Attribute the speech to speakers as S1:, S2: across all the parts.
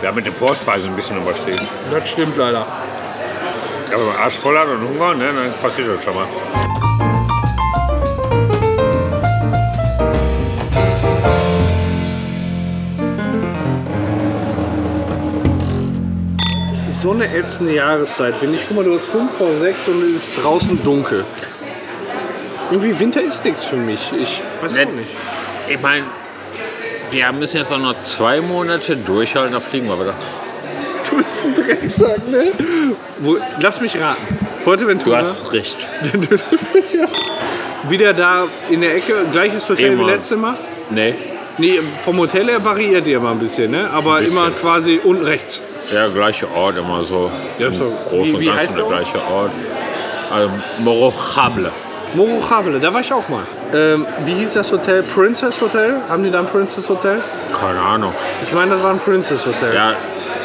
S1: Wir haben mit der Vorspeise ein bisschen überstehen.
S2: Das stimmt leider.
S1: Aber wenn man Arsch voll hat und Hunger, ne, dann passiert das schon mal.
S2: So eine ätzende Jahreszeit, finde ich. Guck mal, du hast 5 vor 6 und es ist draußen dunkel. Irgendwie Winter ist nichts für mich. Ich weiß
S1: Nee.
S2: auch nicht.
S1: Ich meine, wir müssen jetzt auch noch zwei Monate durchhalten, dann fliegen wir wieder.
S2: Du bist ein Drecksack, ne? Wo, lass mich raten.
S1: Du
S2: Fuerteventura.
S1: hast recht.
S2: ja. Wieder da in der Ecke, gleiches Hotel
S1: Immer.
S2: wie letztes Mal.
S1: Nee?
S2: Nee, vom Hotel her variiert ihr immer ein bisschen, ne? Aber
S1: Ein bisschen.
S2: immer quasi unten rechts.
S1: Ja, gleiche Ort immer so.
S2: Ja, so.
S1: Im Großen
S2: Wie-
S1: und
S2: wie
S1: Ganzen
S2: heißt der Ort?
S1: gleiche Ort. Also, Morochable.
S2: Moro Chabele, da war ich auch mal. Ähm, wie hieß das Hotel? Princess Hotel? Haben die da ein Princess Hotel?
S1: Keine Ahnung.
S2: Ich meine, das war ein Princess Hotel.
S1: Ja,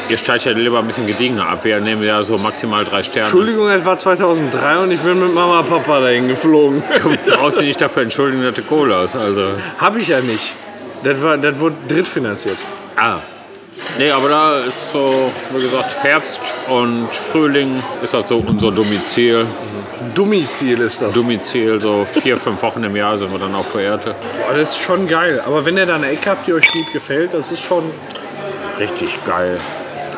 S1: ihr steigt ja lieber ein bisschen gediegener ab. Wir nehmen ja so maximal drei Sterne.
S2: Entschuldigung, das war 2003 und ich bin mit Mama und Papa dahin geflogen.
S1: Du brauchst dich nicht dafür entschuldigen, dass du Kohle hast. Also.
S2: Hab ich ja nicht. Das, war, das wurde drittfinanziert.
S1: Ah. Nee, aber da ist so, wie gesagt, Herbst und Frühling ist das so unser Domizil.
S2: Dummi-Ziel ist das.
S1: Domizil, so vier, fünf Wochen im Jahr sind wir dann auch Verehrte.
S2: Boah, das ist schon geil. Aber wenn ihr da eine Ecke habt, die euch gut gefällt, das ist schon.
S1: Richtig geil.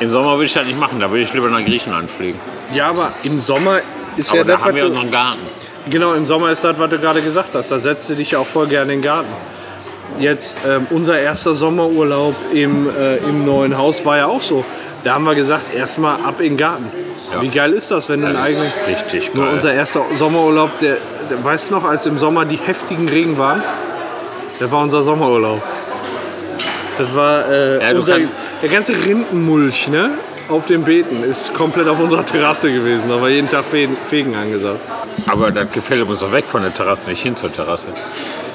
S1: Im Sommer würde ich das nicht machen, da würde ich lieber nach Griechenland fliegen.
S2: Ja, aber im Sommer ist
S1: Aber
S2: ja
S1: da
S2: das, was
S1: haben wir
S2: du,
S1: unseren Garten.
S2: Genau, im Sommer ist das, was du gerade gesagt hast. Da setzt du dich ja auch voll gerne in den Garten. Jetzt, ähm, unser erster Sommerurlaub im, äh, im neuen Haus war ja auch so. Da haben wir gesagt, erstmal ab in den Garten.
S1: Ja.
S2: Wie geil ist das, wenn du einen
S1: Das
S2: eigenen.
S1: ist richtig
S2: Nur
S1: geil.
S2: unser erster Sommerurlaub, der, der weißt du noch, als im Sommer die heftigen Regen waren? Das war unser Sommerurlaub. Das war äh,
S1: Ja, du
S2: unser,
S1: kannst-
S2: der ganze Rindenmulch, ne? Auf den Beeten ist komplett auf unserer Terrasse gewesen. Da war jeden Tag Fegen, Fegen angesagt.
S1: Aber das Gefälle muss doch weg von der Terrasse, nicht hin zur Terrasse.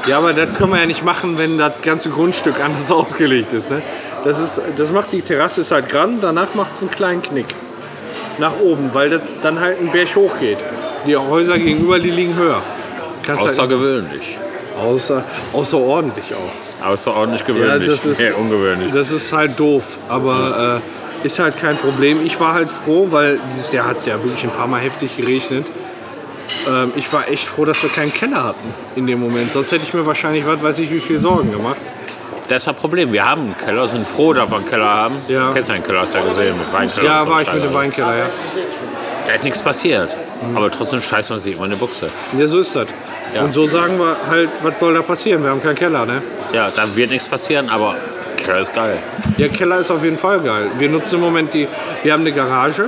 S2: Ja, aber das können wir ja nicht machen, wenn das ganze Grundstück anders ausgelegt ist. Ne? Das, ist das macht die Terrasse ist halt grand, danach macht es einen kleinen Knick nach oben, weil das dann halt ein Berg hoch geht. Die Häuser gegenüber, die liegen höher. Kannst halt,
S1: Außergewöhnlich.
S2: außer, außerordentlich auch.
S1: Außerordentlich gewöhnlich.
S2: das ist-
S1: nee, ungewöhnlich.
S2: Das ist halt doof, aber äh, ist halt kein Problem. Ich war halt froh, weil dieses Jahr hat es ja wirklich ein paar Mal heftig geregnet. Ähm, ich war echt froh, dass wir keinen Keller hatten in dem Moment. Sonst hätte ich mir wahrscheinlich, was weiß ich, wie viel Sorgen gemacht.
S1: Das ist das Problem. Wir haben einen Keller, sind froh, dass wir einen Keller haben.
S2: Ja.
S1: Du kennst einen Keller, hast du ja gesehen, mit Weinkeller. und
S2: Ja,
S1: so
S2: war ich mit
S1: Scheiße.
S2: dem Weinkeller, ja.
S1: Da ist nichts passiert. Aber trotzdem scheißt man sich immer in die Buchse.
S2: Ja, so ist das.
S1: Ja.
S2: Und so sagen wir halt, was soll da passieren? Wir haben keinen Keller, ne?
S1: Ja, da wird nichts passieren, aber Keller ist geil.
S2: Ja, Keller ist auf jeden Fall geil. Wir nutzen im Moment die, wir haben eine Garage,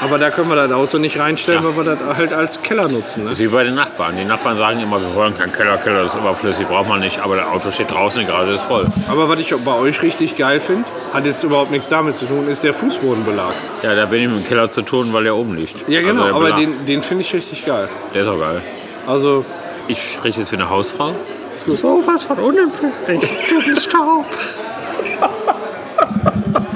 S2: aber da können wir das Auto nicht reinstellen, weil wir das halt als Keller nutzen. Ne?
S1: Das ist wie bei den Nachbarn. Die Nachbarn sagen immer, wir wollen keinen Keller, Keller ist überflüssig, braucht man nicht. Aber das Auto steht draußen, die Garage ist voll.
S2: Aber was ich bei euch richtig geil finde, hat jetzt überhaupt nichts damit zu tun, ist der Fußbodenbelag.
S1: Ja, da bin ich mit dem Keller zu tun, weil der oben liegt.
S2: Ja, genau,
S1: Also der,
S2: aber
S1: Belag,
S2: den, den finde ich richtig geil.
S1: der ist auch geil.
S2: Also,
S1: Ich rieche jetzt wie eine Hausfrau.
S2: ist gut. So was von unempfindlich. Staub.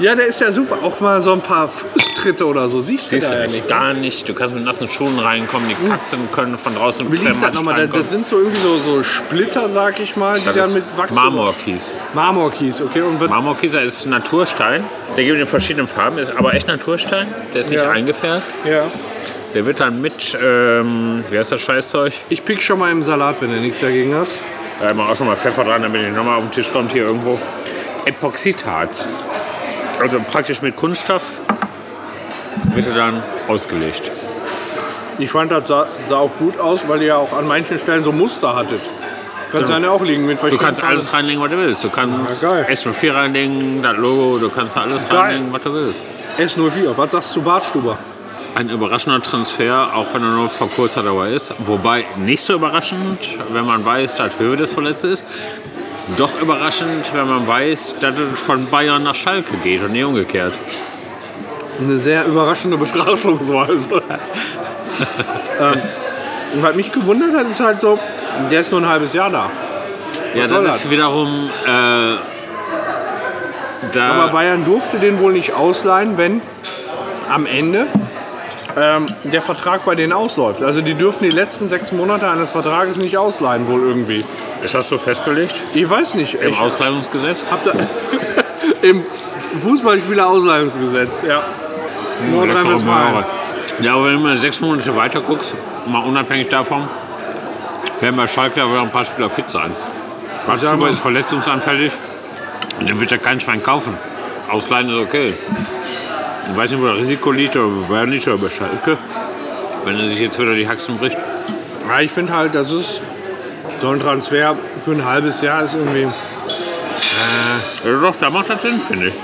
S2: ja, der ist ja super. Auch mal so ein paar Fußtritte oder so. Siehst du
S1: Siehst
S2: da
S1: du
S2: ja
S1: nicht,
S2: nicht.
S1: gar nicht. Du kannst mit nassen Schuhen reinkommen, die Katzen können von draußen
S2: Hm. Wie lief das nochmal? Das, das sind so irgendwie so, so Splitter, sag ich mal, die dann mit Wachs.
S1: Marmorkies.
S2: Marmorkies, okay. Und wird
S1: Marmorkieser ist Naturstein. Der gibt in verschiedenen Farben, ist aber echt Naturstein. Der ist nicht
S2: Ja.
S1: eingefärbt.
S2: ja.
S1: Der wird dann mit, ähm, wie heißt das Scheißzeug?
S2: Ich pick schon mal im Salat, wenn du nichts dagegen hast.
S1: Da haben wir auch schon mal Pfeffer dran, damit die nochmal auf den Tisch kommt hier irgendwo. Epoxidharz. Also praktisch mit Kunststoff wird er dann ausgelegt.
S2: Ich fand, das sah, sah auch gut aus, weil ihr ja auch an manchen Stellen so Muster hattet. Kann sein, ja auch liegen mit
S1: Du
S2: verschiedenen
S1: kannst alles reinlegen, was du willst. Du kannst
S2: Ja, geil.
S1: S04 reinlegen, das Logo, du kannst da alles
S2: Geil.
S1: reinlegen, was du willst.
S2: S04, was sagst du zu Bartstuber?
S1: Ein überraschender Transfer, auch wenn er nur von kurzer Dauer ist. Wobei nicht so überraschend, wenn man weiß, dass Höwedes verletzt ist. Doch überraschend, wenn man weiß, dass es von Bayern nach Schalke geht und nicht umgekehrt.
S2: Eine sehr überraschende Betrachtungsweise. ähm, und was mich gewundert hat, ist halt so, der ist nur ein halbes Jahr da.
S1: Ja,
S2: soll
S1: das ist wiederum. Äh,
S2: Aber
S1: da,
S2: Bayern durfte den wohl nicht ausleihen, wenn am Ende ähm, der Vertrag bei denen ausläuft. Also die dürfen die letzten sechs Monate eines Vertrages nicht ausleihen, wohl irgendwie.
S1: ist das so festgelegt?
S2: Ich weiß nicht.
S1: Im
S2: Ich
S1: Ausleihungsgesetz?
S2: hab da Im Fußballspieler Ausleihungsgesetz, ja. Nordrhein-Westfalen.
S1: Ja, aber wenn man sechs Monate weiter guckst, mal unabhängig davon, werden bei Schalke aber ein paar Spieler fit sein. Bastian
S2: mal-
S1: ist verletzungsanfällig und den wird ja kein Schwein kaufen. Ausleihen ist okay. Ich weiß nicht, wo das Risiko liegt, aber bei Bayern nicht oder bei Schalke. Wenn er sich jetzt wieder die Haxen bricht.
S2: Ja, ich finde halt, das ist so ein Transfer für ein halbes Jahr ist irgendwie.
S1: Ja, doch, da macht das Sinn, finde ich.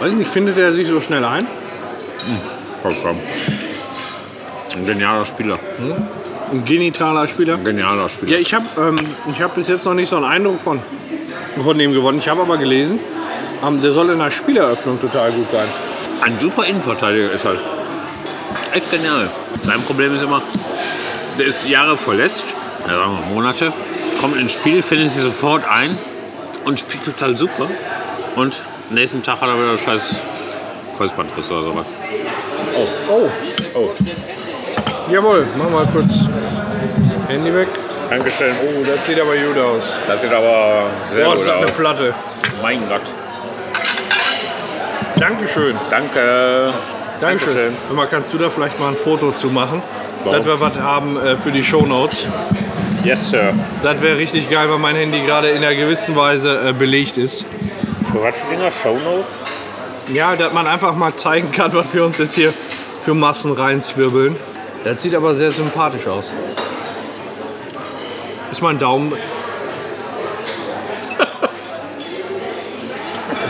S2: Weiß nicht, findet er sich so schnell ein?
S1: Vollkommen. Ein genialer Spieler.
S2: Ein genitaler Spieler?
S1: Ein genialer Spieler.
S2: Ja, ich habe ähm, ich hab bis jetzt noch nicht so einen Eindruck von, von dem gewonnen. Ich habe aber gelesen, ähm, der soll in der Spieleröffnung total gut sein.
S1: Ein super Innenverteidiger ist halt. Echt genial. Sein Problem ist immer, der ist Jahre verletzt, ja, sagen wir Monate, kommt ins Spiel, findet sich sofort ein und spielt total super. Und nächsten Tag hat er wieder scheiß Kreuzbandriss oder sowas.
S2: Oh. Jawohl, mach mal kurz Handy weg.
S1: Dankeschön.
S2: Oh, das sieht aber gut aus.
S1: Das sieht aber sehr
S2: Oh, ist das eine Platte.
S1: Mein Gott.
S2: Dankeschön.
S1: Danke.
S2: Dankeschön. Hör mal, kannst du da vielleicht mal ein Foto zu machen? Dass wir was haben äh, für die Shownotes.
S1: Yes, Sir.
S2: Das wäre richtig geil, weil mein Handy gerade in einer gewissen Weise äh, belegt ist.
S1: Für was für Dinger? Shownotes?
S2: Ja, dass man einfach mal zeigen kann, was wir uns jetzt hier für Massen reinzwirbeln. Das sieht aber sehr sympathisch aus. Ist mein Daumen.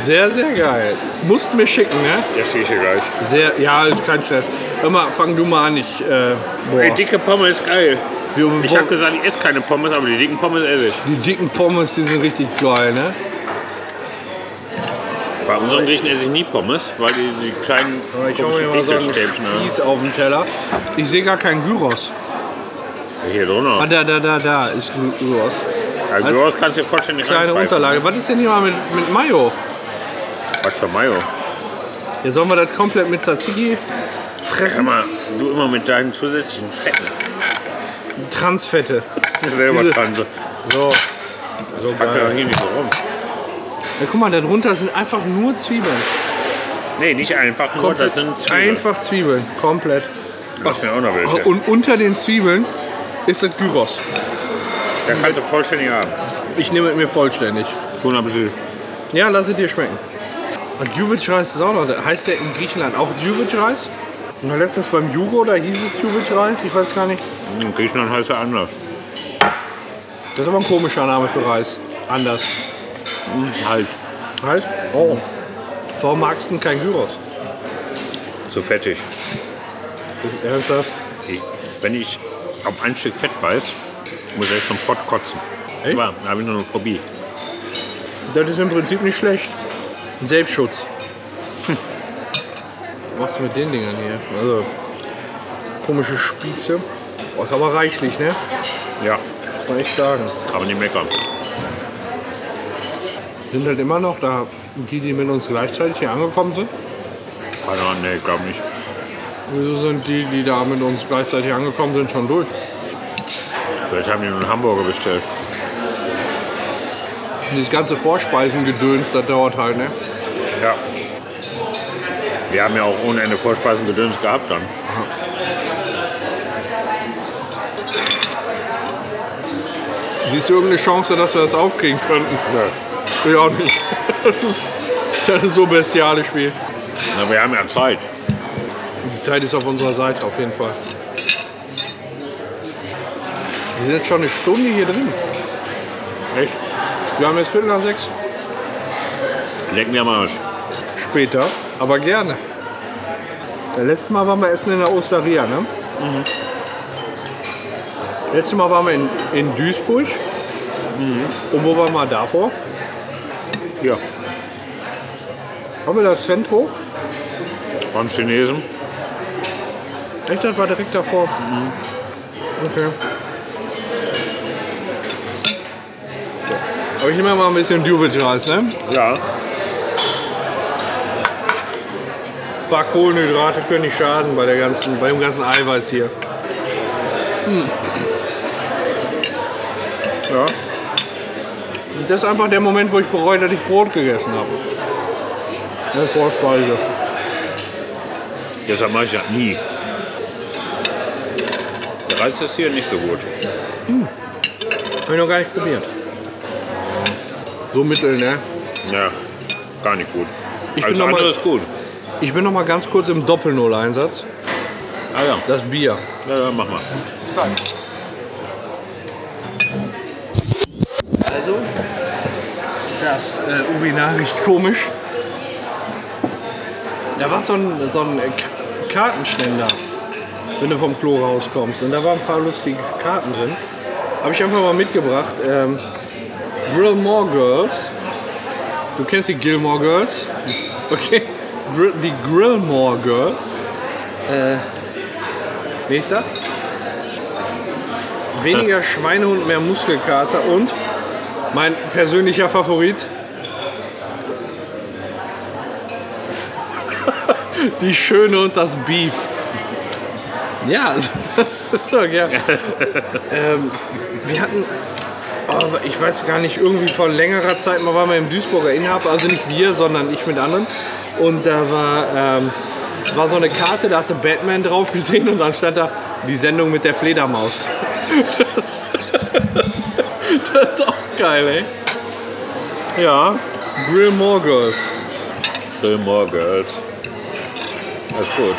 S2: Sehr, sehr geil. Musst mir schicken, ne?
S1: Ja, sehe ich hier gleich.
S2: Sehr, ja, ist kein Stress. Hör mal, fang du mal an. Ich, äh, boah.
S1: Die dicke Pommes ist geil.
S2: Wir-
S1: Ich habe gesagt, ich esse keine Pommes, aber die dicken Pommes esse ich.
S2: die dicken Pommes, die sind richtig geil, ne?
S1: Bei unseren Griechen esse ich nie Pommes, weil die, die kleinen
S2: Ich hau mir mal so ein
S1: Ekelstäbchen haben.
S2: Spieß auf den Teller. Ich sehe gar keinen Gyros.
S1: Hier
S2: Ah,
S1: drunter.
S2: da, da, da, da ist Gy- Gyros.
S1: Also
S2: als-
S1: Gyros kannst du dir vollständig
S2: Kleine
S1: reinpfeifen.
S2: Unterlage. Was ist denn hier mal mit, mit Mayo?
S1: Was für Mayo.
S2: Ja, sollen wir das komplett mit Tzatziki
S1: Sag
S2: fressen?
S1: mal, du immer mit deinen zusätzlichen Fetten.
S2: Transfette.
S1: Selber
S2: Diese-
S1: dran. So,
S2: So.
S1: so packt er doch hier nicht so rum.
S2: Ja, guck mal, darunter sind einfach nur Zwiebeln.
S1: Nee, nicht einfach nur, das sind Zwiebeln.
S2: einfach Zwiebeln. Komplett.
S1: Lass mir auch noch welche.
S2: Und unter den Zwiebeln ist das Gyros.
S1: Das kannst du vollständig haben.
S2: Ich nehme es mir vollständig.
S1: Guten Appetit.
S2: Ja, lass es dir schmecken. Und Juvic-Reis ist auch noch, da. heißt der in Griechenland auch Juvic-Reis? Na, Letztens beim Jugo, da hieß es Juvic-Reis, ich weiß gar nicht.
S1: In Griechenland heißt er anders.
S2: Das ist aber ein komischer Name für Reis. Anders.
S1: Hm, halt.
S2: Reis? Oh. Warum magst du denn kein Gyros?
S1: Zu fettig.
S2: Ist ernsthaft?
S1: Ich, wenn ich auf ein Stück Fett beiß, muss ich zum Pott kotzen.
S2: Echt?
S1: Aber Da habe ich noch eine Phobie.
S2: Das ist im Prinzip nicht schlecht. Ein Selbstschutz. Hm. Was mit den Dingern hier? Also, komische Spieße. Boah, ist aber reichlich, ne?
S1: Ja,
S2: Muss man echt sagen.
S1: aber nicht meckern.
S2: Sind halt immer noch da die, die mit uns gleichzeitig hier angekommen sind.
S1: Keine Ahnung, nee, glaub nicht.
S2: Wieso sind die, die da mit uns gleichzeitig angekommen sind, schon durch?
S1: Vielleicht haben die nur einen Hamburger bestellt.
S2: Dieses ganze Vorspeisengedöns, das dauert halt, ne?
S1: Ja. Wir haben ja auch ohne Ende Vorspeisen Gedöns gehabt dann.
S2: Siehst du irgendeine Chance, dass wir das aufkriegen könnten? Ich auch nicht. Das ist so bestiales Spiel.
S1: Na, wir haben ja Zeit.
S2: Die Zeit ist auf unserer Seite, auf jeden Fall. Wir sind jetzt schon eine Stunde hier drin.
S1: Echt?
S2: Wir haben jetzt Viertel nach sechs.
S1: Lecken wir am Arsch.
S2: Später, aber gerne. Das letzte Mal waren wir essen in der Osteria, ne? Mhm. Letztes Mal waren wir in, in Duisburg. Und wo waren wir davor?
S1: Ja.
S2: Haben wir das Zentro?
S1: Von Chinesen.
S2: Echt, das war direkt davor. Okay. Aber ich nehme mal ein bisschen Duvic-Reis, ne?
S1: Ja.
S2: Ein paar Kohlenhydrate können nicht schaden bei, der ganzen, bei dem ganzen Eiweiß hier. Hm. Ja. Und das ist einfach der Moment, wo ich bereue, dass ich Brot gegessen habe. Eine Ne, Vorspeise.
S1: Deshalb mache ich das nie. Der Reiz ist hier nicht so gut.
S2: Habe ich noch gar nicht probiert. So mittel, ne?
S1: Ja, gar nicht gut. Also
S2: Ich bin
S1: Alles
S2: noch mal-
S1: andere ist gut.
S2: Ich bin noch mal ganz kurz im Doppel-Null-Einsatz.
S1: Ah ja,
S2: Das Bier.
S1: ja, ja mach mal.
S2: Also, das äh, Urinal riecht komisch. Da war so ein, so ein äh, K- Kartenständer, wenn du vom Klo rauskommst. Und da waren ein paar lustige Karten drin. Habe ich einfach mal mitgebracht. Ähm, Gilmore Girls. Du kennst die Gilmore Girls? Okay. Gr- Die Gilmore Girls. Äh, nächster. Weniger Schweinehund, mehr Muskelkater und mein persönlicher Favorit. Die Schöne und das Beef. Ja, so, ja. ähm, wir hatten, oh, ich weiß gar nicht, irgendwie vor längerer Zeit mal waren wir im Duisburger Inhab, also nicht wir, sondern ich mit anderen. Und da war, ähm, war so eine Karte, da hast du Batman drauf gesehen und dann stand da die Sendung mit der Fledermaus. Das, das ist auch geil, ey. Ja, Grillmore Girls.
S1: Grillmore Girls. Das ist gut.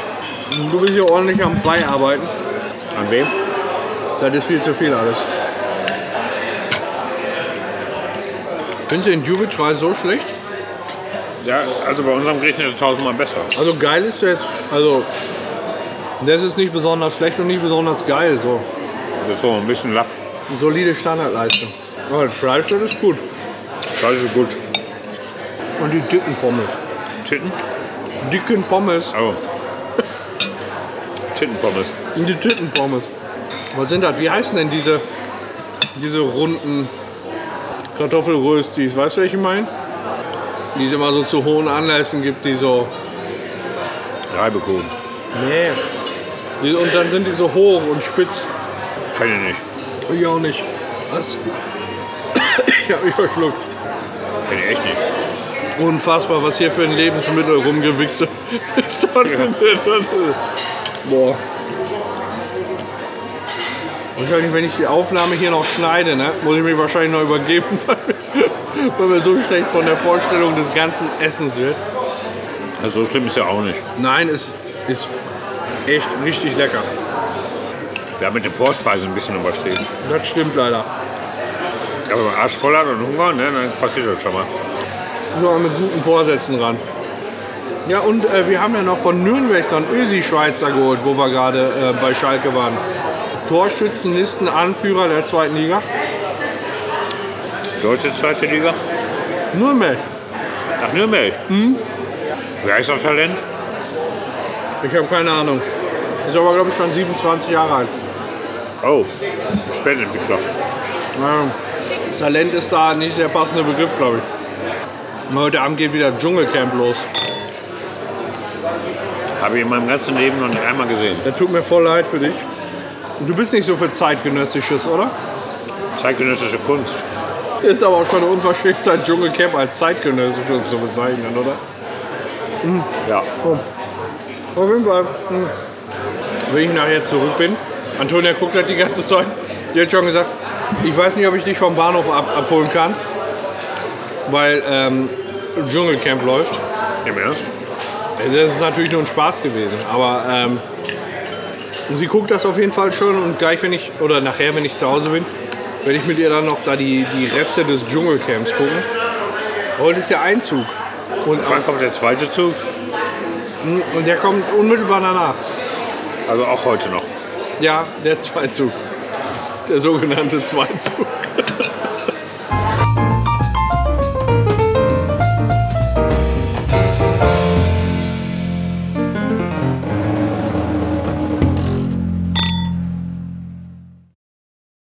S2: Du bist hier ordentlich am Beiarbeiten.
S1: An wem?
S2: Das ist viel zu viel alles. Findest du den Dubitsch-Reis so schlecht?
S1: Ja, also bei unserem Gericht ist es tausendmal besser.
S2: Also geil ist der jetzt, also das ist nicht besonders schlecht und nicht besonders geil. So
S1: Das ist so ein bisschen laff.
S2: solide Standardleistung. Aber das Fleisch, das ist gut.
S1: Das ist gut.
S2: Und die dicken Pommes.
S1: Titten?
S2: Dicken Pommes.
S1: Oh. Tittenpommes.
S2: Und die dicken Pommes. Was sind das? Wie heißen denn diese, diese runden Kartoffelröstis? Weißt du, welche ich meine? Die es immer so zu hohen Anlässen gibt, die so
S1: Reibekuchen.
S2: Nee. Die- Und dann sind die so hoch und spitz.
S1: Kann ich nicht.
S2: Ich auch nicht. Was? Ich hab mich verschluckt.
S1: Kann ich echt nicht.
S2: Unfassbar, was hier für ein Lebensmittel rumgewichse. Boah. Wahrscheinlich, wenn ich die Aufnahme hier noch schneide, ne, muss ich mich wahrscheinlich noch übergeben, weil mir, weil mir so schlecht von der Vorstellung des ganzen Essens wird.
S1: Also so schlimm ist ja auch nicht.
S2: Nein, es ist echt richtig lecker.
S1: Wir haben mit dem Vorspeisen ein bisschen überstehen.
S2: Das stimmt leider.
S1: Aber wenn man Arsch voll hat und Hunger, ne, dann passiert das schon mal.
S2: Nur Also mit guten Vorsätzen ran. Ja, und äh, wir haben ja noch von Nürnberg so einen Ösi-Schweizer geholt, wo wir gerade äh, bei Schalke waren. Torschützenlisten, Anführer der zweiten Liga.
S1: Deutsche zweite Liga?
S2: Nürnberg.
S1: Nach Nürnberg. Wer ist das Talent?
S2: Ich habe keine Ahnung. Ist aber, glaube ich, schon 27 Jahre alt.
S1: Oh, Spätentwickler.
S2: Ja. Talent ist da nicht der passende Begriff, glaube ich. Und Heute Abend geht wieder Dschungelcamp los.
S1: Habe ich in meinem ganzen Leben noch nicht einmal gesehen.
S2: Das tut mir voll leid für dich. Du bist nicht so für zeitgenössisches, oder?
S1: Zeitgenössische Kunst.
S2: Ist aber auch schon eine Unverschämtheit, Dschungelcamp als zeitgenössisches zu bezeichnen, oder?
S1: Ja.
S2: Auf jeden Fall. hm. Wenn ich nachher zurück bin, Antonia guckt halt die ganze Zeit. Die hat schon gesagt, ich weiß nicht, ob ich dich vom Bahnhof ab abholen kann, weil ähm, Dschungelcamp läuft.
S1: Im Ernst?
S2: Also das ist natürlich nur ein Spaß gewesen, aber ähm, sie guckt das auf jeden Fall schon und gleich, wenn ich, oder nachher, wenn ich zu Hause bin, werde ich mit ihr dann noch da die, die Reste des Dschungelcamps gucken. Heute ist ja Einzug und,
S1: Wann kommt der zweite Zug?
S2: und der kommt unmittelbar danach.
S1: Also auch heute noch.
S2: Ja, der Zweizug. Der sogenannte Zweizug.